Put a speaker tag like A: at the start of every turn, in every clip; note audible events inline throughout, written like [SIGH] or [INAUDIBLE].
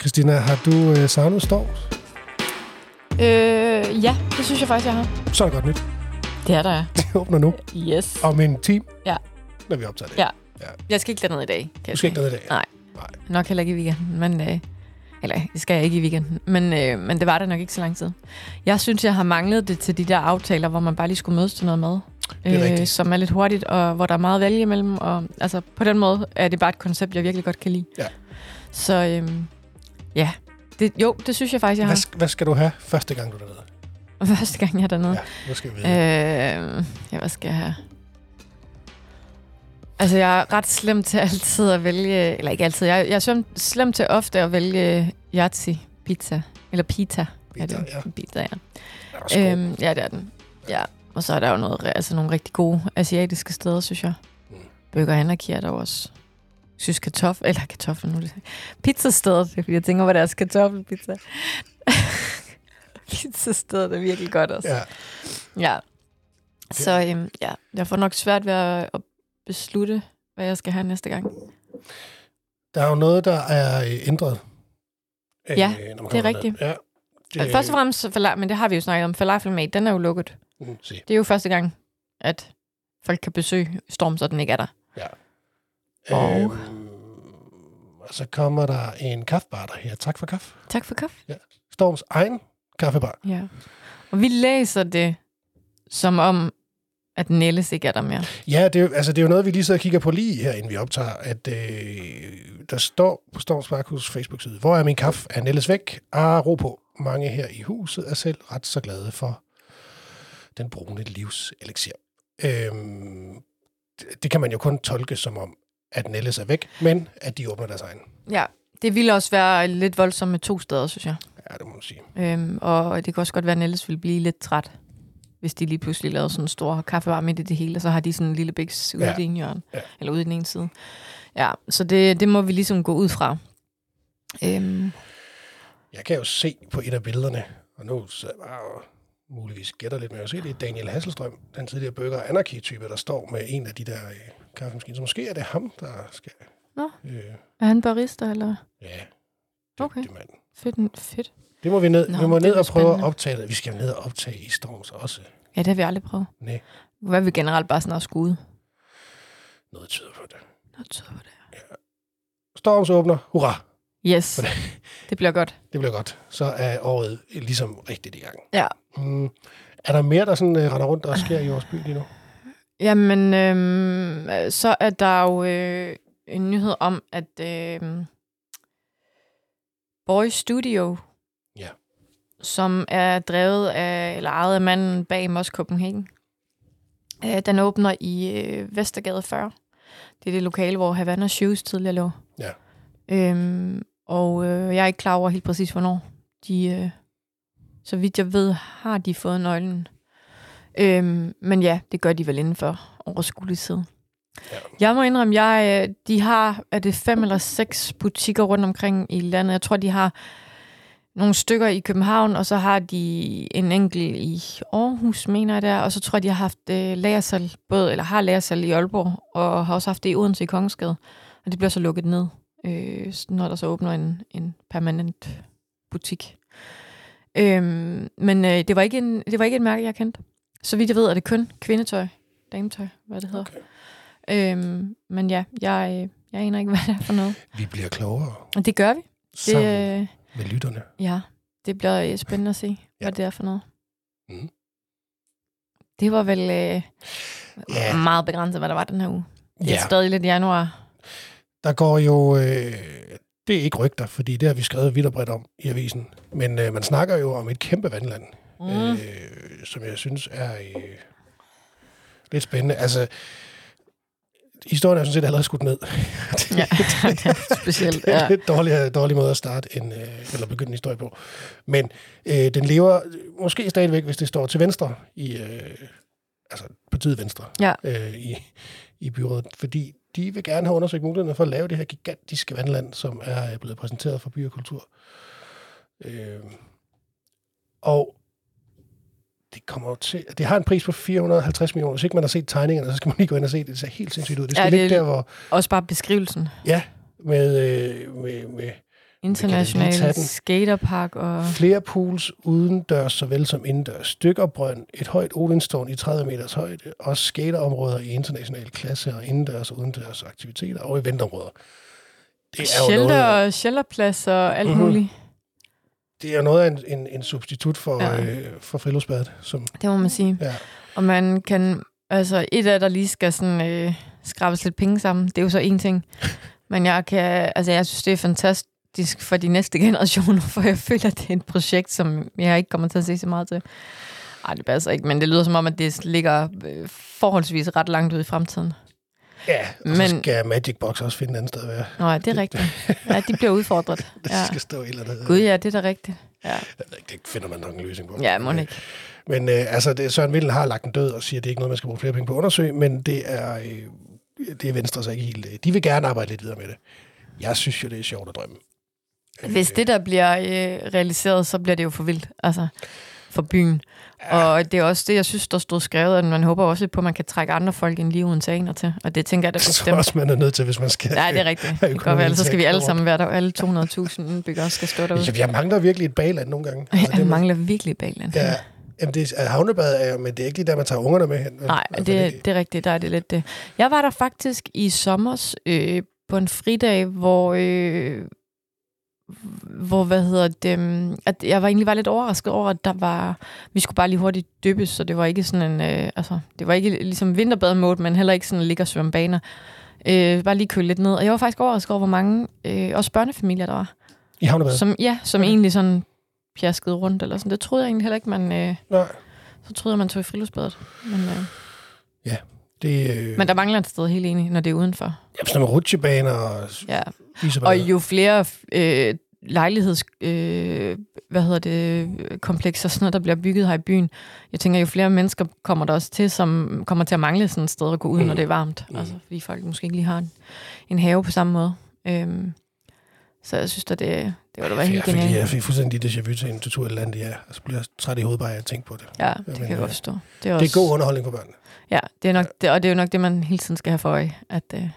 A: Christina, har du øh, savnet Storm?
B: Øh, ja, det synes jeg faktisk, jeg har.
A: Så er det godt nyt. [LAUGHS]
B: Det er der, ja.
A: Det åbner nu
B: Yes.
A: om en time.
B: Ja.
A: Når vi optager det.
B: Ja. Jeg skal ikke derned i dag. Kan
A: Du skal ikke derned i dag.
B: Nej.
A: Nej.
B: Nok heller ikke i weekenden, men... Øh, eller, det skal jeg ikke i weekenden, men, øh, men det var der nok ikke så lang tid. Jeg synes, jeg har manglet det til de der aftaler, hvor man bare lige skulle mødes til noget mad. øh,
A: Det er rigtigt.
B: som er lidt hurtigt, og hvor der er meget at vælge imellem. Og, altså, på den måde er det bare et koncept, jeg virkelig godt kan lide.
A: Ja.
B: Så øh, ja, det, jo, det synes jeg faktisk, jeg
A: Hvad,
B: har.
A: sk- hvad skal du have første gang, du er dernede?
B: [LAUGHS] Første gang, jeg er dernede.
A: Ja, nu skal vi vide. Øh.
B: Mm. Øh, ja, hvad skal jeg have? Altså, jeg er ret slem til altid at vælge... Eller ikke altid. Jeg, jeg er slem, slem til ofte at vælge Yatzy pizza. Eller pita. er
A: Pita,
B: det?
A: ja.
B: Pita, ja.
A: Der er også god.
B: Øhm, ja, det er den. Ja. Og så er der jo noget, altså nogle rigtig gode asiatiske steder, synes jeg.
A: Mm.
B: Mm. Burger Anarchy er der jo også. Jeg synes kartoffel... Eller kartoffel nu. er Det, pizzastedet, det er fordi jeg tænker på deres kartoffelpizza. [LAUGHS] pizzastedet er virkelig godt også.
A: Ja.
B: Ja. Så øhm, ja, jeg får nok svært ved at, at beslutte, hvad jeg skal have næste gang.
A: Der er jo noget, der er øh, ændret. øh,
B: Ja,
A: når man kommer
B: det er
A: derned.
B: rigtigt.
A: Ja.
B: Øh. Først og fremmest, så falafel, men det har vi jo snakket om, falafel med, den er jo lukket.
A: Mm, se.
B: Det er jo første gang, at folk kan besøge Storm, så den ikke er der. Og-
A: Øhm, og så kommer der en kaffebar der her. Tak for kaffe.
B: Tak for kaffe.
A: Storms egen kaffebar.
B: Ja. Og vi læser det som om, at Nelles ikke er der mere.
A: Ja, det er, jo- altså, det er jo noget, vi lige sidder og kigger på lige her, inden vi optager, at øh, der står på Storms Parkhus Facebook-side, hvor er min kaffe? Er Nelles væk? Ah, ro på. Mange her i huset er selv ret så glade for den brune livselixir. Øhm, det- det kan man jo kun tolke som om, at Nelles er væk, men at de åbner deres egen.
B: Ja, det ville også være lidt voldsomt med to steder, synes jeg.
A: Ja, det må man sige.
B: Øhm, og det kan også godt være, at Niels ville blive lidt træt, hvis de lige pludselig lavede sådan en stor kaffebar midt i det hele, og så har de sådan en lille biks ude
A: Ja.
B: ja. i den ene hjørne,
A: Ja.
B: ja. eller ude i den ene side. Ja, så det, det må vi ligesom gå ud fra. Øhm,
A: Jeg kan jo se på et af billederne, og nu sidder jeg bare og muligvis gætter lidt, men jeg kan se, det er Daniel Hasselstrøm, den tidligere Burger Anarchy-type, der står med en af de der øh, kaffemaskiner. Så måske er det ham, der skal...
B: Nå.
A: Øh,
B: er han barista, eller?
A: ja, det,
B: Okay.
A: det, mand.
B: Fedt, fedt.
A: det må vi ned, Nå,
B: Nå,
A: vi må
B: det
A: ned
B: bliver
A: og prøve at
B: spændende.
A: optage det. Vi skal ned og optage i Storms også.
B: Ja, det har vi aldrig prøvet.
A: Nej,
B: Hvad vi generelt bare sådan at skulle ud.
A: noget tyder på det.
B: Nå, så var det.
A: Storms åbner. Hurra!
B: Yes, det bliver godt.
A: Det bliver godt. Så er året ligesom rigtigt i gang.
B: Ja.
A: Mm. Er der mere, der sådan øh, render rundt og sker i vores by lige nu?
B: Jamen, øhm, øh, så er der jo øh, en nyhed om, at øh, Boy Studio,
A: Ja.
B: som er drevet af, eller ejet af manden bag Mos Copenhagen, øh, den åbner i øh, Vestergade 40. Det er det lokale, hvor Havana Shoes tidligere lå.
A: Ja.
B: Øhm, og øh, jeg er ikke klar over helt præcis, hvornår de... Øh, så vidt jeg ved, har de fået nøglen. Øhm, men ja, det gør de vel inden for overskuelig tid.
A: Ja.
B: Jeg må indrømme, jeg, øh, de har, er det fem eller seks butikker rundt omkring i landet. Jeg tror, de har nogle stykker i København, og så har de en enkelt i Aarhus, mener jeg der, og så tror jeg, de har haft øh, lagersal, både, eller har lagersal i Aalborg, og har også haft det i Odense i Kongensgade, og det bliver så lukket ned, øh, når der så åbner en, en permanent butik. Øhm, men øh, det, var ikke en, det var ikke et mærke, jeg kendte. Så vidt jeg ved, er det kun kvindetøj, dametøj, hvad det hedder. Okay. Øhm, men ja, jeg, øh, jeg aner ikke, [LAUGHS] hvad det er for noget.
A: Vi bliver klogere
B: Og det gør vi. Det,
A: sammen det...
B: øh,
A: med lytterne.
B: Ja, det bliver øh, spændende at se, ja. hvad det er for noget.
A: Mhm.
B: Mm. Det var vel øh,
A: Ja.
B: yeah. meget begrænset, hvad der var den her uge. Det er
A: Ja.
B: yeah. stadig lidt januar.
A: Der går jo... Øh, det er ikke rygter, fordi det har vi skrevet vidt og bredt om i avisen. Men øh, man snakker jo om et kæmpe vandland, mm.
B: Mm.
A: øh, som jeg synes er øh, lidt spændende. Altså, historien er sådan set allerede skudt ned. [LAUGHS] det,
B: Ja, [LAUGHS] det er specielt.
A: det er en
B: [LAUGHS] Ja.
A: lidt dårlig, dårlig måde at starte en, øh, eller begynde en historie på. Men øh, den lever måske stadigvæk, hvis det står til venstre i... Øh, altså, partiet Venstre
B: Ja.
A: øh, i, i byrådet, fordi de vil gerne have undersøgt mulighederne for at lave det her gigantiske vandland, som er øh, blevet præsenteret for by og kultur. Øh, og det kommer jo til, det har en pris på 450 millioner. Hvis ikke man har set tegningerne, så skal man lige gå ind og se det. Det ser helt sindssygt ud. Det skal
B: Ja,
A: ja,
B: det
A: ligge
B: er-
A: der, hvor
B: Også bare beskrivelsen.
A: med, øh, med, med Vi kan da lige tage
B: international
A: den.
B: skaterpark og...
A: Flere pools udendørs såvel som indendørs. Dykkerbrønd, et højt Odenstårn i 30 meters højde, og skaterområder i international klasse og indendørs og udendørs aktiviteter og eventområder. Det er jo
B: Shelter
A: noget,
B: og shelterplads og alt
A: Mhm.
B: mm-hmm. muligt.
A: det er noget af en, en, en substitut for, ja.
B: Ja.
A: øh, for friluftsbadet. Som,
B: Det må man sige.
A: Ja.
B: Og man kan... Altså, et af der lige skal sådan, øh, skrabes lidt penge sammen, det er jo så en
A: [LAUGHS]
B: ting. Men jeg kan... Altså, jeg synes, det er fantastisk for de næste generationer, [LAUGHS] for jeg føler, at det er et projekt, som jeg ikke kommer til at se så meget til. Ej, det passer ikke, men det lyder som om, at det ligger øh, forholdsvis ret langt ud i fremtiden.
A: ja, og Men, så
B: Men-
A: skal Magic Box også finde et andet sted at være. [LAUGHS]
B: Nå, ja, det er rigtigt. Ja, de bliver udfordret.
A: Det
B: Ja.
A: skal stå et eller andet.
B: Gud, ja, det er da rigtigt. Ja,
A: Jeg ved ikke, Det finder man nok en løsning på.
B: ja må ikke.
A: Men øh, altså, det, Søren Vindel har lagt en død og siger, at det er ikke noget, man skal bruge flere penge på at undersøge, men det er, øh, det er Venstre så ikke helt. øh, De vil gerne arbejde lidt videre med det. Jeg synes jo, det er sjovt at drømme.
B: Hvis det der bliver øh, realiseret, så bliver det jo for vildt, altså for byen. Og det er også det, jeg synes, der stod skrevet, at man håber også lidt på, at man kan trække andre folk end lige uden tagener til. Og det tænker
A: [LAUGHS]
B: jeg, der
A: det tror jeg
B: bestemt.
A: også, man er nødt til, hvis man skal.
B: Nej, det er rigtigt. Det kan godt
A: økonomien
B: være, ellers så skal vi
A: til at
B: alle
A: gå
B: sammen være der, og alle 200.000 indbyggere skal stå derude.
A: Jeg mangler virkelig et bagland nogle gange.
B: [LAUGHS] Jeg
A: altså, det, man,
B: mangler virkelig bagland.
A: ja, jamen, det er, havnebad er jo, men det er ikke lige der, man tager ungerne med hen. vel?
B: Nej,
A: Altså,
B: det, det er rigtigt. Der er det lidt det. Jeg var der faktisk i sommer øh, på en fridag, hvor, øh, hvor hvad hedder det, øhm, at jeg var egentlig var lidt overrasket over, at der var, vi skulle bare lige hurtigt dyppes, så det var ikke sådan en, øh, altså, det var ikke ligesom vinterbademode, men heller ikke sådan ligge og svømme baner. Øh, bare lige køle lidt ned. Og jeg var faktisk overrasket over, hvor mange, øh, også børnefamilier, der var.
A: I havnebad?
B: Som, ja, som
A: Okay.
B: egentlig sådan pjaskede rundt eller sådan. Det troede jeg egentlig heller ikke, man... Øh,
A: Nej,
B: så troede jeg, man tog i friluftsbadet. Men, øh,
A: det er øh,
B: men der mangler et sted helt enig, når det er udenfor.
A: jamen, sådan nogle rutsjebaner og
B: Ja.
A: spisebaner.
B: Og jo flere øh, lejligheds... Øh, hvad hedder det? Komplekser, sådan noget, der bliver bygget her i byen. Jeg tænker, jo flere mennesker kommer der også til, som kommer til at mangle sådan et sted at gå ud,
A: Mm.
B: når det er varmt.
A: Mm.
B: Altså, fordi folk måske ikke lige har en, en have på samme måde. Øhm, så jeg synes da, det, det var da være
A: jeg,
B: helt
A: fik, lige- jeg
B: genialt.
A: fik fuldstændig déjà vu til en tur i landet, ja. Og så bliver jeg træt i hovedet bare af at tænke på det.
B: Ja, det kan
A: men,
B: jeg
A: øh,
B: godt forstå. Det er,
A: Det er god underholdning for børn.
B: Ja, det er nok, det, og det er jo nok det, man hele tiden skal have for øje, at øh,
A: Det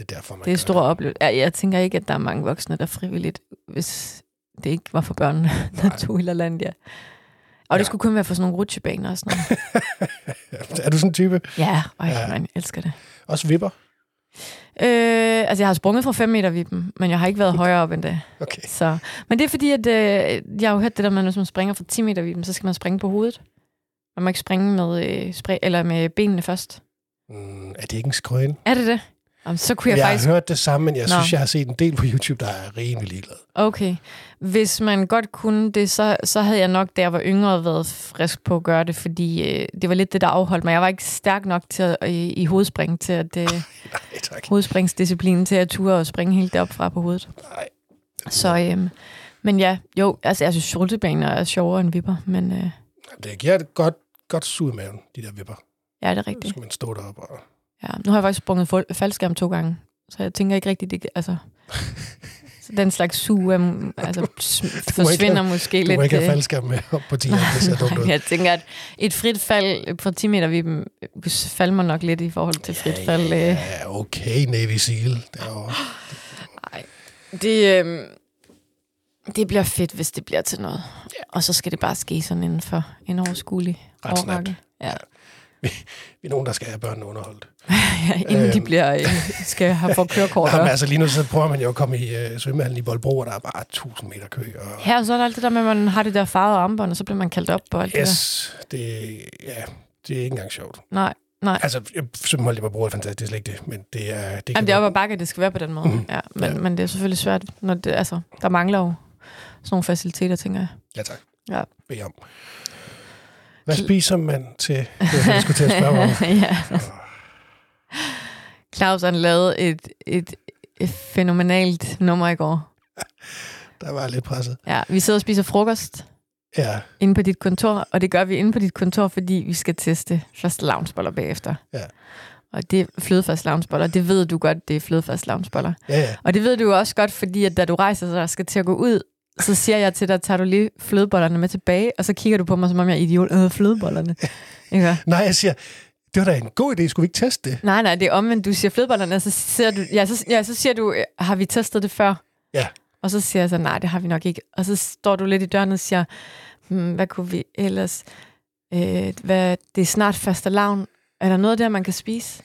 A: er derfor, man
B: det er
A: gør
B: store oplevelser. Ja, jeg tænker ikke, at der er mange voksne, der frivilligt, hvis det ikke var for børnene, [LAUGHS] der tog i Lalandia. Og
A: Ja.
B: det skulle kun være for sådan nogle rutsjebaner og sådan noget.
A: Er du sådan en type?
B: Ja, øj,
A: [LAUGHS] Ja.
B: ja. man elsker det.
A: Også vipper?
B: Øh, altså, jeg har sprunget fra 5 meter vippen, men jeg har ikke
A: [LAUGHS]
B: været højere op end det.
A: Okay.
B: Så. Men det er fordi, at øh, jeg har jo hørt det der med, at hvis man springer fra 10 meter vippen, så skal man springe på hovedet. Man må ikke springe med, øh, spre, eller med benene først.
A: Mm, er det ikke en skrøn?
B: Er det det? Jamen, så kunne jeg,
A: Jeg, jeg
B: faktisk
A: har hørt det samme, men jeg
B: Nå.
A: synes, jeg har set en del på YouTube, der er rimelig ligeglad.
B: Okay. Hvis man godt kunne det, så, så havde jeg nok, da jeg var yngre, været frisk på at gøre det, fordi øh, det var lidt det, der afholdt mig. Jeg var ikke stærk nok til at, i, i hovedspring, til
A: [LAUGHS]
B: at, øh,
A: Nej, tak.
B: hovedspringsdisciplinen til at ture og springe helt deroppe fra på hovedet.
A: Nej.
B: Så, øh, men ja, jo, altså jeg synes, skjoldebaner er sjovere end vipper, men øh,
A: Det giver et godt, godt sug i maven, de der vipper.
B: ja, det er
A: Så
B: rigtigt.
A: skal man stå deroppe og...
B: Ja. Nu har jeg faktisk sprunget fol- faldskærm to gange, så jeg tænker ikke rigtigt, det,
A: [LAUGHS]
B: altså... Så den slags suge altså, sm-
A: Du må ikke
B: forsvinder måske
A: Du
B: lidt.
A: må ikke
B: øh,
A: have faldskærm med op på 10 det ser dumt
B: [LAUGHS]
A: ud.
B: Jeg tænker, at et frit fald på 10 meter, vi falder mig nok lidt i forhold til frit fald. øh.
A: Ja, okay, Navy Seal. Derovre.
B: Det, øh, det bliver fedt, hvis det bliver til noget. Og så skal det bare ske sådan inden for en overskuelig
A: Ret snart.
B: årrække. Ja,
A: Vi er nogen, der skal have børnene underholdt.
B: [LAUGHS] ja, inden de
A: Øhm.
B: bliver, øh, skal have for kørekort.
A: Nå, men
B: også.
A: altså lige nu så prøver man jo at komme i øh, svømmehallen i Boldbro, og der er bare 1000 meter kø. Og
B: Her så er der alt det der med, at man har det der farvede armbånd, og så bliver man kaldt op på alt det
A: yes, det, ja, det er ikke engang sjovt.
B: der. Nej, nej.
A: Altså, jeg- svømmeholdet i Boldbro er fantastisk, det er slet ikke det, men det er... Det,
B: Jamen, det er
A: være-
B: op ad bakke, at det skal være på den måde.
A: Mm.
B: Ja, men,
A: Ja.
B: men det er selvfølgelig svært, når det, altså, der mangler jo sådan nogle faciliteter, tænker jeg.
A: Ja tak.
B: Ja.
A: Bed om. Hvad
B: Kl-
A: spiser man til... Det var, det, jeg skulle til at spørge
B: [LAUGHS]
A: mig om.
B: ja. Claus han lavede et, et, et fænomenalt nummer i går.
A: Der var jeg lidt presset.
B: Ja, vi sidder og spiser frokost
A: Ja,
B: inde på dit kontor, og det gør vi inde på dit kontor, fordi vi skal teste første lavnsboller bagefter.
A: Ja.
B: Og det er flødefaste lavnsboller. Det ved du godt, det er flødefaste lavnsboller.
A: ja, ja.
B: Og det ved du jo også godt, fordi at da du rejser sig og skal til at gå ud, så siger jeg til dig, tager du lige flødebollerne med tilbage, og så kigger du på mig, som om jeg er idiot. Øh, flødebollerne. Ikke hva'?
A: Nej, jeg siger, det var da en god idé. Skulle vi ikke teste det?
B: Nej, nej, det er omvendt. Du siger flødebollerne, og så siger du, ja, så, ja, så siger du, øh, har vi testet det før?
A: Ja.
B: Og så siger jeg så, nej, det har vi nok ikke. Og så står du lidt i døren og siger, hmm, hvad kunne vi ellers... Øh, hvad, det er snart faste lavn. Er der noget der, man kan spise?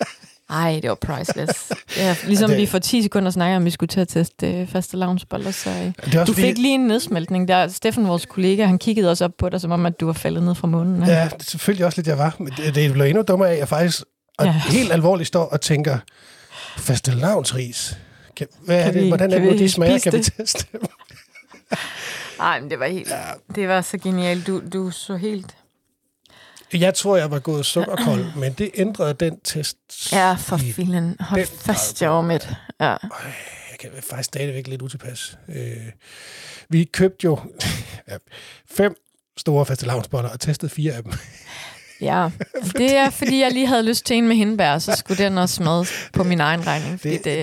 B: [LAUGHS] Ej, det var priceless. Ja, ligesom
A: Og
B: det...
A: det-
B: vi for 10 sekunder snakker om, vi skulle til at teste øh, faste lavnsboller, så... Øh.
A: Det er også
B: Du
A: fordi-
B: fik lige en nedsmeltning der. Steffen, vores kollega, han kiggede også op på dig, som om, at du var faldet ned fra månen. Ja.
A: Ja, det er selvfølgelig også lidt, jeg var. Men det, det blev endnu dummere af, at jeg faktisk og
B: Ja.
A: ja. helt alvorligt står og tænker, faste lavnsris. Kan, hvad
B: Kan
A: er det?
B: vi-
A: Hvordan er
B: kan
A: det nu,
B: vi
A: de smager?
B: spise
A: Kan vi
B: det?
A: teste dem?
B: Ej, men det var helt... Det var så genialt. Du, du så helt...
A: Jeg tror, jeg var gået sukkerkold, men det ændrede den test.
B: Ja, for
A: i-
B: filen. Hold
A: den
B: fast, jeg var med. Ja.
A: Jeg kan være faktisk stadigvæk lidt utilpas. Øh, vi købte jo [LAUGHS] ja, fem store faste lavnsboller og testede fire af dem. [LAUGHS]
B: ja. Det er, fordi jeg lige havde lyst til en med hindbær, så skulle den også med på min egen regning. Fordi det,
A: Det-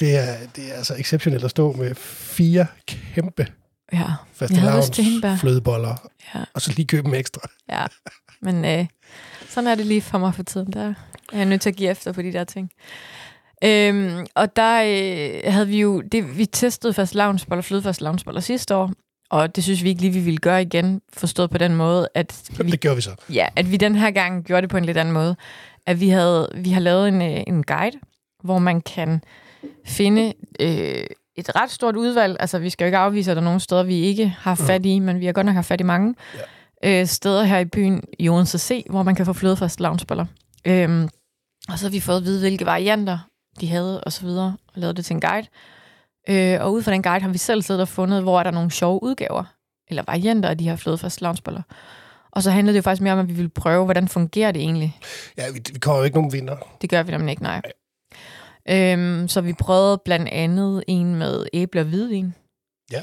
B: det
A: Det er, det er altså exceptionelt at stå med fire kæmpe
B: ja.
A: faste
B: Jeg havde lyst til hindbær.
A: flødeboller,
B: Ja.
A: og så lige købe dem ekstra.
B: ja. Men øh, sådan er det lige for mig for tiden. Der er jeg nødt til at give efter på de der ting. Øhm, og der øh, havde vi jo... Det, vi testede fast lavnsboller, flødefast lavnsboller sidste år. Og det synes vi ikke lige, vi ville gøre igen. Forstået på den måde, at vi
A: Det gjorde vi så.
B: Ja, at vi den her gang gjorde det på en lidt anden måde. At vi, havde, vi har lavet en, øh, en guide, hvor man kan finde øh, et ret stort udvalg. Altså, vi skal jo ikke afvise, at der er nogle steder, vi ikke har fat i, men vi har godt nok haft fat i mange ja. øh, steder her i byen i Odense C, hvor man kan få flødefast lavnsboller. Øhm, og så har vi fået at vide, hvilke varianter de havde og så videre, og lavet det til en guide. Øh, og ud fra den guide har vi selv siddet og fundet, hvor er der nogle sjove udgaver, eller varianter af de her flødefast lavnsboller. Og så handlede det jo faktisk mere om, at vi ville prøve, hvordan fungerer det egentlig.
A: Ja, vi, vi kommer jo ikke nogen vinder.
B: Det gør vi nemlig ikke, nej. Øhm, så vi prøvede blandt andet en med æble og hvidvin.
A: Ja.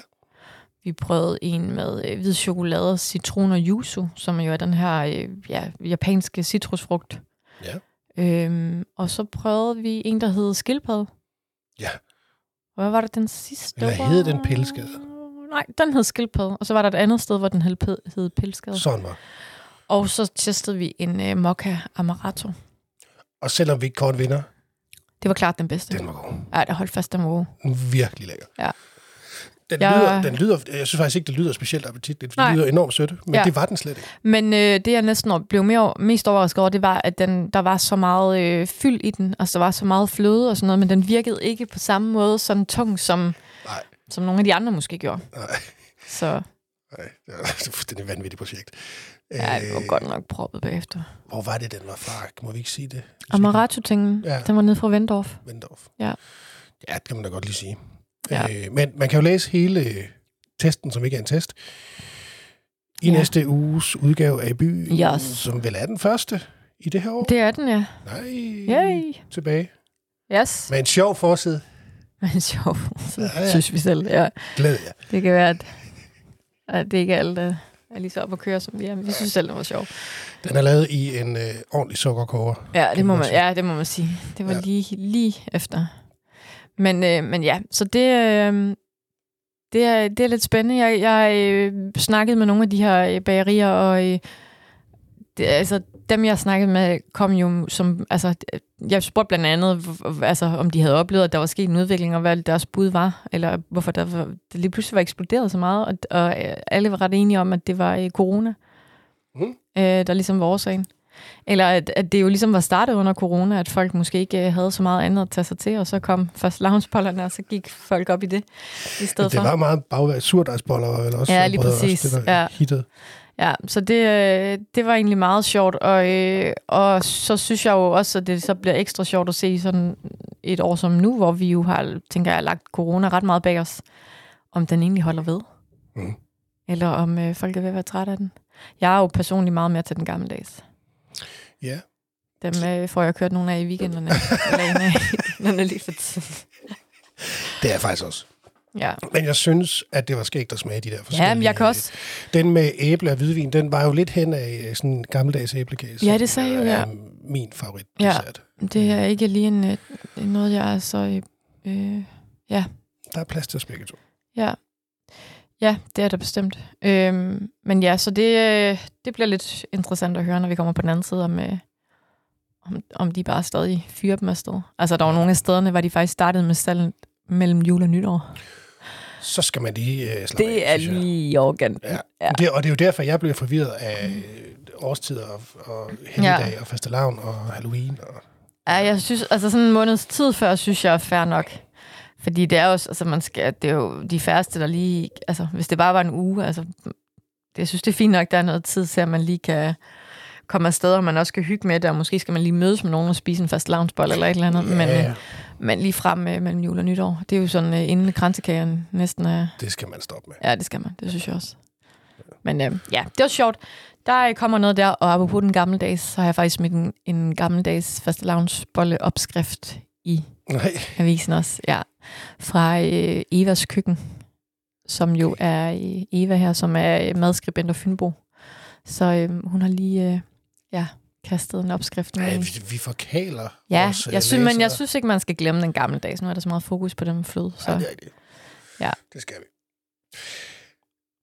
B: Vi prøvede en med øh, hvid chokolade, citron og yuzu, som jo er den her øh, ja, japanske citrusfrugt.
A: Ja.
B: Øhm, og så prøvede vi en, der hed skildpadde.
A: Ja.
B: Hvad var det den sidste?
A: Eller
B: var?
A: hed den pilskade?
B: Nej, den hed skildpadde. Og så var der et andet sted, hvor den hed, pe- hed pilskade.
A: Sådan var.
B: Og så testede vi en øh, mokka amaretto.
A: Og selvom vi ikke kort vinder,
B: Det var klart den bedste.
A: den var god.
B: Ja, der holdt fast, den var god.
A: Den er Virkelig lækker.
B: Ja.
A: Den,
B: Jeg-
A: jeg... Lyder, den lyder, jeg synes faktisk ikke, det lyder specielt appetitligt, for
B: Nej.
A: det lyder enormt sødt, men
B: Ja.
A: ja. det var den slet ikke.
B: Men øh, det, jeg næsten over- blev mere, mest overrasket over, det var, at den, der var så meget øh, fyld i den, og så var så meget fløde og sådan noget, men den virkede ikke på samme måde sådan tung, som,
A: Nej.
B: som nogle af de andre måske gjorde.
A: Nej.
B: Så
A: Nej, [LAUGHS] det var et fuldstændig vanvittigt projekt. Øh,
B: ja, det var godt nok proppet bagefter.
A: Hvor var det, den var fra? Må vi ikke sige det?
B: Amaretto-tingen, ja.
A: Ja.
B: den var nede fra Vendorf.
A: Vendorf.
B: Ja.
A: Ja, det kan man da godt lige sige.
B: Ja.
A: Ja. Øh, men man kan jo læse hele øh, testen, som ikke er en test, i
B: Ja.
A: ja. næste uges udgave af I Byen,
B: Yes.
A: som vel er den første i det her år.
B: Det er den, ja.
A: Nej,
B: Yay!
A: tilbage.
B: Yes. [LAUGHS]
A: Med en sjov forside.
B: Men sjov, så
A: Ja, ja.
B: synes vi selv. Ja.
A: Glæder jeg.
B: Det kan være, at, at det ikke er alle, der er lige så op at køre, som vi er. Men vi synes selv, det var sjovt.
A: Den er lavet i en øh, ordentlig sukkerkoger.
B: Ja, det
A: Kan
B: må
A: man
B: man,
A: sige.
B: ja, det må man sige. Det var ja.
A: Ja.
B: lige, lige efter. Men, øh, men ja, så det, øh, det, er, det er lidt spændende. Jeg, jeg øh, snakkede med nogle af de her øh, bagerier, og øh, det, altså, dem, jeg snakkede med, kom jo som... Altså, jeg spurgte blandt andet, h- h- altså, om de havde oplevet, at der var sket en udvikling, og hvad deres bud var, eller hvorfor der var, det lige pludselig var eksploderet så meget, og, og øh, alle var ret enige om, at det var øh, corona,
A: Mhm.
B: øh, der ligesom var årsagen. Eller at, at det jo ligesom var startet under corona, at folk måske ikke øh, havde så meget andet at tage sig til, og så kom først loungebollerne, og så gik folk op i det i stedet
A: Det
B: for.
A: var meget bagværd. Surdejsboller var vel også.
B: Ja, lige
A: brød også,
B: præcis.
A: Det var
B: Ja.
A: ja. hittet.
B: Ja, så det, øh, det var egentlig meget sjovt, og, øh, og så synes jeg jo også, at det så bliver ekstra sjovt at se i sådan et år som nu, hvor vi jo har, tænker jeg, lagt corona ret meget bag os, om den egentlig holder ved.
A: Mm.
B: Eller om øh, folk er ved at være trætte af den. Jeg er jo personligt meget mere til den gammeldags.
A: Ja.
B: Dem øh, får jeg kørt nogle af i
A: [LAUGHS]
B: weekenderne, eller en af i weekenderne lige for tiden.
A: Det er jeg faktisk også.
B: Ja,
A: Men jeg synes, at det var skægt at smage de der forskellige. øh,
B: ja men jeg kan også...
A: Den med æble og hvidvin, den var jo lidt hen af øh, sådan en gammeldags æblekage.
B: Ja, det sagde jeg jo, ja.
A: er øh, min favorit
B: Ja.
A: dessert.
B: Det
A: Mm.
B: er ikke lige en, øh, noget, jeg er så... Øh,
A: Der er plads til os begge to.
B: Ja. Ja, det er der bestemt. Øhm, men ja, så det, øh, det bliver lidt interessant at høre, når vi kommer på den anden side, om, øh, om, om de bare stadig fyrer dem afsted. Altså, der var nogle af stederne, hvor de faktisk startede med salg mellem jul og nytår.
A: så skal man lige øh, slappe
B: Det
A: af,
B: er
A: synes jeg.
B: lige i organ.
A: Ja. Ja. Det, og det er jo derfor, jeg blev forvirret af øh, årstider og, og helligdag ja. og fastelavn og Halloween. Og,
B: Ja, jeg synes, altså sådan en måneds tid før, synes jeg er fair nok. Fordi det er jo, altså man skal, det er jo de færreste, der lige, altså hvis det bare var en uge, altså det- jeg synes, det er fint nok, der er noget tid til, at man lige kan komme afsted, og man også kan hygge med det, og måske skal man lige mødes med nogen og spise en fast lavnsbold eller et eller andet, men,
A: ja,
B: øh,
A: ja,
B: men lige frem øh, mellem jul og nytår, det er jo sådan øh, inden kransekagen næsten er,
A: det skal man stoppe med. [LAUGHS]
B: ja, det skal man, det synes jeg også. Men øh, ja, det var sjovt. Der øh, kommer noget der, og apropos den gammeldags, så har jeg faktisk smidt en, en gammeldags faste lavnsbolle opskrift i
A: Nej,
B: avisen også, ja. Fra øh, Evas køkken, som jo er øh, Eva her, som er øh, madskribent og Fynbo. Så øh, hun har lige øh, ja, kastet en opskrift. med
A: nej
B: ind.
A: vi, vi forkaler
B: ja,
A: vores, øh,
B: jeg synes, men jeg
A: læsere.
B: synes ikke, man skal glemme den gammeldags. Nu er der så meget fokus på den med flød. Så.
A: Nej, det er rigtigt.
B: Ja.
A: Det skal vi.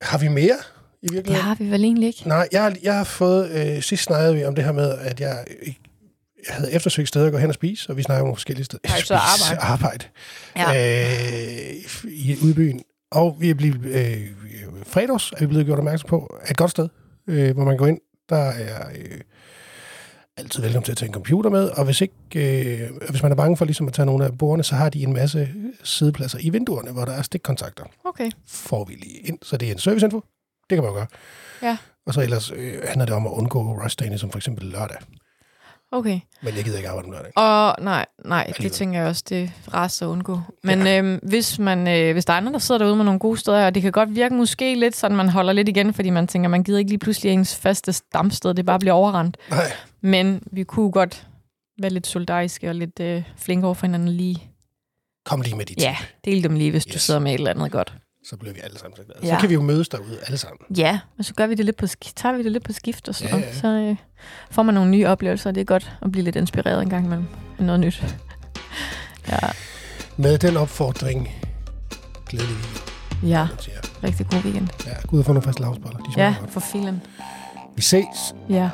A: Har vi mere i
B: det
A: virkeligheden?
B: har vi vel egentlig ikke.
A: Nej, jeg, har- jeg har fået... Øh, sidst snakkede vi om det her med, at jeg, øh, jeg havde eftersøgt steder at gå hen og spise, og vi snakker om forskellige steder. [LAUGHS]
B: Nej, så arbejde.
A: arbejde.
B: Ja.
A: Øh, i udbyen. Og vi er blevet... Øh, fredags er vi blevet gjort opmærksom på, er et godt sted, øh, hvor man går ind. Der er... Øh, altid velkommen til at tage en computer med, og hvis, ikke, øh, hvis man er bange for ligesom at tage nogle af bordene, så har de en masse sidepladser i vinduerne, hvor der er stikkontakter
B: Okay.
A: får vi lige ind. Så det er en serviceinfo. Det kan man jo gøre.
B: Ja.
A: Og så ellers øh, handler det om at undgå rushdagene, som for eksempel lørdag.
B: Okay.
A: Men jeg gider ikke arbejde om lørdag.
B: Og nej, nej, det
A: Alligevel.
B: tænker jeg også, det er rarest at undgå. Men ja. øhm, hvis, man, øh, hvis der er andre, der sidder derude med nogle gode steder, og det kan godt virke måske lidt sådan, man holder lidt igen, fordi man tænker, man gider ikke lige pludselig at ens faste stamsted, det bare bliver overrendt.
A: Nej.
B: Men vi kunne godt være lidt soldatiske og lidt øh, flinke over for hinanden og lige.
A: Kom lige med dit
B: Ja, del dem lige, hvis yes. du
A: Yes.
B: sidder med et eller andet godt.
A: Så bliver vi alle sammen så glade.
B: Ja.
A: Så kan vi jo mødes derude alle sammen.
B: Ja, og så gør vi det lidt på, sk- tager vi det lidt på skift og sådan
A: Ja,
B: ja,
A: ja.
B: ja. Så øh, får man nogle nye oplevelser, og det er godt at blive lidt inspireret en gang imellem af noget nyt.
A: Med den opfordring. Glædelig weekend,
B: Ja,
A: man siger.
B: rigtig god weekend.
A: Ja, gå ud og få nogle faste lavsboller. De smager
B: Ja,
A: ja. godt.
B: for filen.
A: Vi ses.
B: Ja.